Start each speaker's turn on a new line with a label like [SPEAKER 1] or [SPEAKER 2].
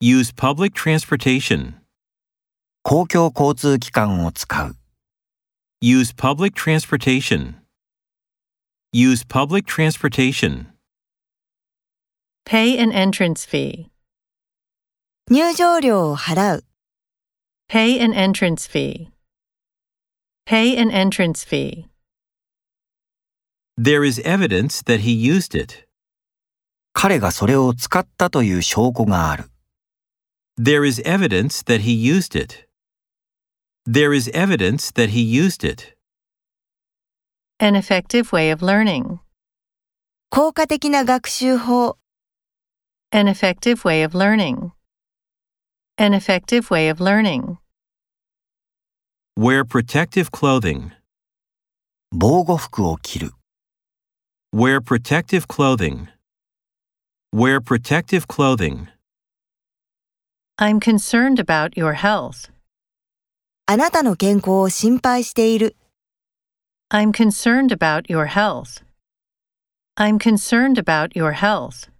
[SPEAKER 1] Use public transportation.
[SPEAKER 2] 公共交通機関を使う。
[SPEAKER 1] Use public transportation. Use public transportation.
[SPEAKER 3] Pay an entrance fee.
[SPEAKER 4] 入場料を払う。
[SPEAKER 3] Pay an entrance fee. Pay an entrance fee.
[SPEAKER 1] There is evidence that he used it.
[SPEAKER 2] 彼がそれを使ったという証拠がある。
[SPEAKER 1] There is evidence that he used it. There is evidence that he used it.
[SPEAKER 3] An effective way of learning.
[SPEAKER 4] 効果的な学習法。
[SPEAKER 3] An effective way of learning. An effective way of learning.
[SPEAKER 1] Wear protective clothing.
[SPEAKER 2] 防護服を着る。
[SPEAKER 1] Wear protective clothing. Wear protective clothing.
[SPEAKER 3] I'm concerned about your health.
[SPEAKER 4] あなたの健康を心配している。
[SPEAKER 3] I'm concerned about your health. I'm concerned about your health.